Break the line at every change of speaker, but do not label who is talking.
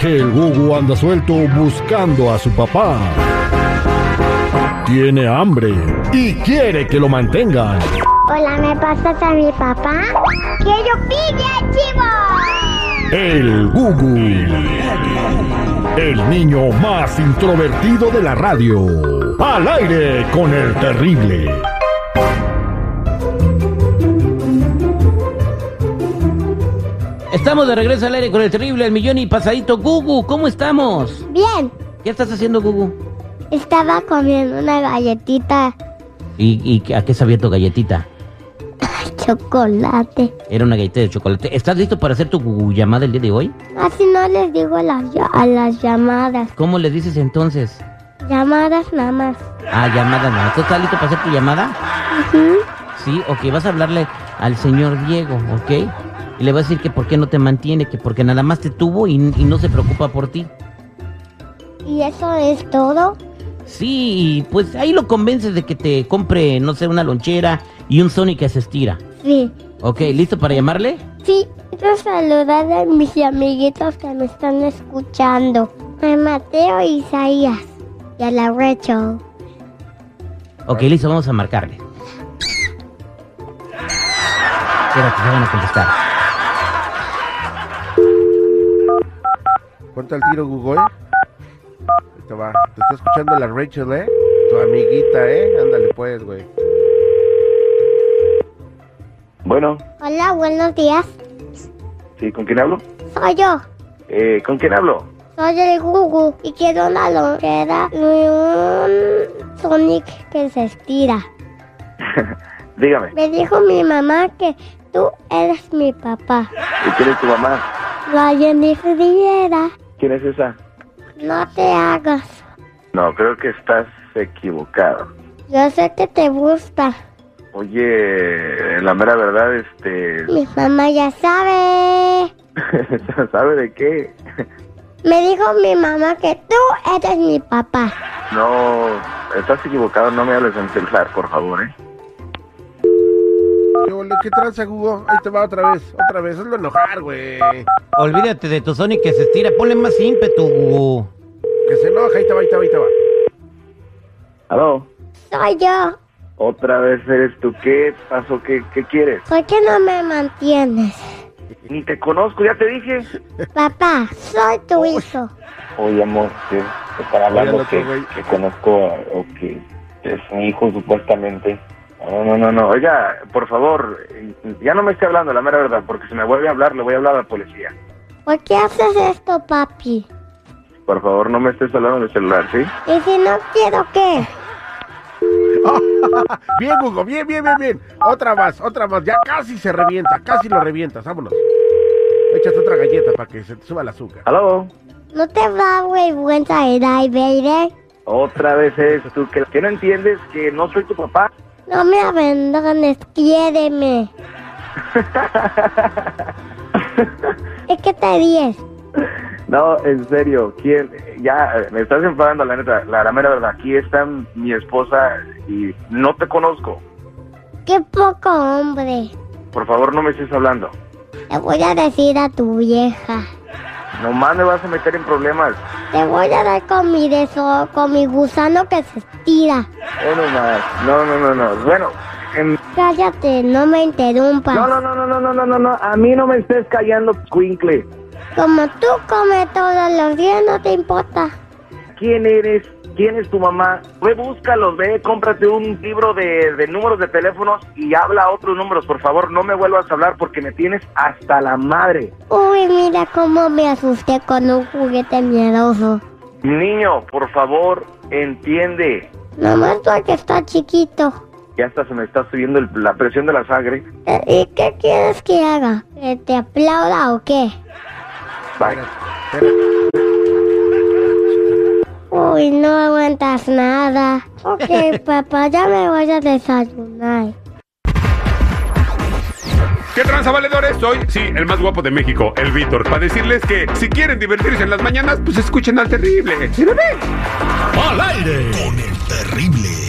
que el Gugu anda suelto buscando a su papá. Tiene hambre y quiere que lo mantengan.
Hola, ¿me pasas a mi papá? ¡Que yo pille, chivo!
El Gugu. El niño más introvertido de la radio. Al aire con el terrible.
Estamos de regreso al aire con el terrible al millón y pasadito. Gugu, ¿cómo estamos?
Bien,
¿Qué estás haciendo, Gugu?
estaba comiendo una galletita
¿Y, y a qué sabía tu galletita?
de chocolate.
Era una galleta de chocolate. ¿Estás listo para hacer tu Gugu llamada el día de hoy?
Así no les digo las ll- a las llamadas.
¿Cómo le dices entonces?
Llamadas nada más.
Ah, llamada no. ¿Tú estás listo para hacer tu llamada?
Ujú.
Sí, ok. Vas a hablarle al señor Diego, ¿ok? Y le vas a decir que por qué no te mantiene, que porque nada más te tuvo y, y no se preocupa por ti.
¿Y eso es todo?
Sí, y pues ahí lo convences de que te compre, no sé, una lonchera y un Sony que se estira.
Sí.
Ok, ¿listo para llamarle?
Sí, quiero saludar a mis amiguitos que me están escuchando. A Mateo e Isaías. Y a la Rachel.
Ok, listo, vamos a marcarle. Espérate, ya van a contestar.
Ponte al tiro, Google. Ahí te va. Te está escuchando la Rachel, ¿eh? Tu amiguita, ¿eh? Ándale, pues, güey.
Bueno,
Hola, buenos días.
sí, ¿con quién hablo?
Soy yo.
Eh, ¿Con quién hablo?
Soy el Gugu y quiero una lonchera y un Sonic que se estira.
Dígame,
Me dijo mi mamá que tú eres mi papá.
¿y quién es tu mamá?
La Jennifer Rivera,
¿Quién es esa?
no te hagas.
No, creo que estás equivocado.
Yo sé que te gusta.
Oye, la mera verdad, este...
Mi mamá ya sabe.
¿Sabe de qué?
Me dijo mi mamá que tú eres mi papá.
No, estás equivocado, no me hables en celular, por favor, ¿eh?
¿Qué, ole? ¿Qué tranza, Google? Ahí te va otra vez, otra vez. Hazlo enojar, güey.
Olvídate de tu Sonic que se estira, ponle más ímpetu.
Que se enoja, ahí te va, ahí te va, ahí te va.
¿Aló?
Soy yo.
¿Otra vez eres tú? ¿Qué pasó? ¿Qué, qué quieres?
¿Por qué no me mantienes?
Ni te conozco, ya te dije.
Papá, soy tu hijo.
Oye, amor, que están
Oye,
hablando
loco,
que,
güey.
que conozco a- o que es mi hijo supuestamente. No, no, no, no. Oiga, por favor, eh, ya no me esté hablando, la mera verdad, porque si me vuelve a hablar, le voy a hablar a la policía.
¿Por qué haces esto, papi?
Por favor, no me estés hablando del celular, ¿sí?
¿Y si no quiero qué?
Bien, Google, bien, bien, bien, bien. Otra más, otra más. Ya casi se revienta, casi lo revientas. Vámonos. Échate otra galleta para que se te suba el azúcar.
¿Aló?
¿No te va vergüenza de Dai Baby?
Otra vez es tú, que, que no entiendes que no soy tu papá.
No me abandones, quiéreme. ¿Es que te dices?
No, en serio, ¿quién? Ya, eh, me estás enfadando, la neta, la, la mera verdad. Aquí está mi esposa y no te conozco.
Qué poco hombre.
Por favor, no me estés hablando.
Te voy a decir a tu vieja.
Nomás me vas a meter en problemas.
Te voy a dar con mi deso, con mi gusano que se estira.
Uno más. No, no, no, no. Bueno, en-
Cállate, no me interrumpas.
no, no, no, no, no, no, no, no, no. A mí no me estés callando, Quinkle.
Como tú comes todos los días, no te importa.
¿Quién eres? ¿Quién es tu mamá? Ve, búscalos, ve, cómprate un libro de, de números de teléfonos y habla a otros números. Por favor, no me vuelvas a hablar porque me tienes hasta la madre.
Uy, mira cómo me asusté con un juguete miedoso.
Niño, por favor, entiende.
Nomás porque está chiquito.
Ya hasta se me está subiendo el- la presión de la sangre.
Eh, ¿Y qué quieres que haga? ¿Que te aplauda o qué?
Bye.
Uy, no aguantas nada. Ok, papá, ya me voy a desayunar.
¿Qué tranza, valedores? Soy, sí, el más guapo de México, el Víctor, para decirles que si quieren divertirse en las mañanas, pues escuchen al terrible. ¡Sí, bebé!
Al aire
Con el terrible.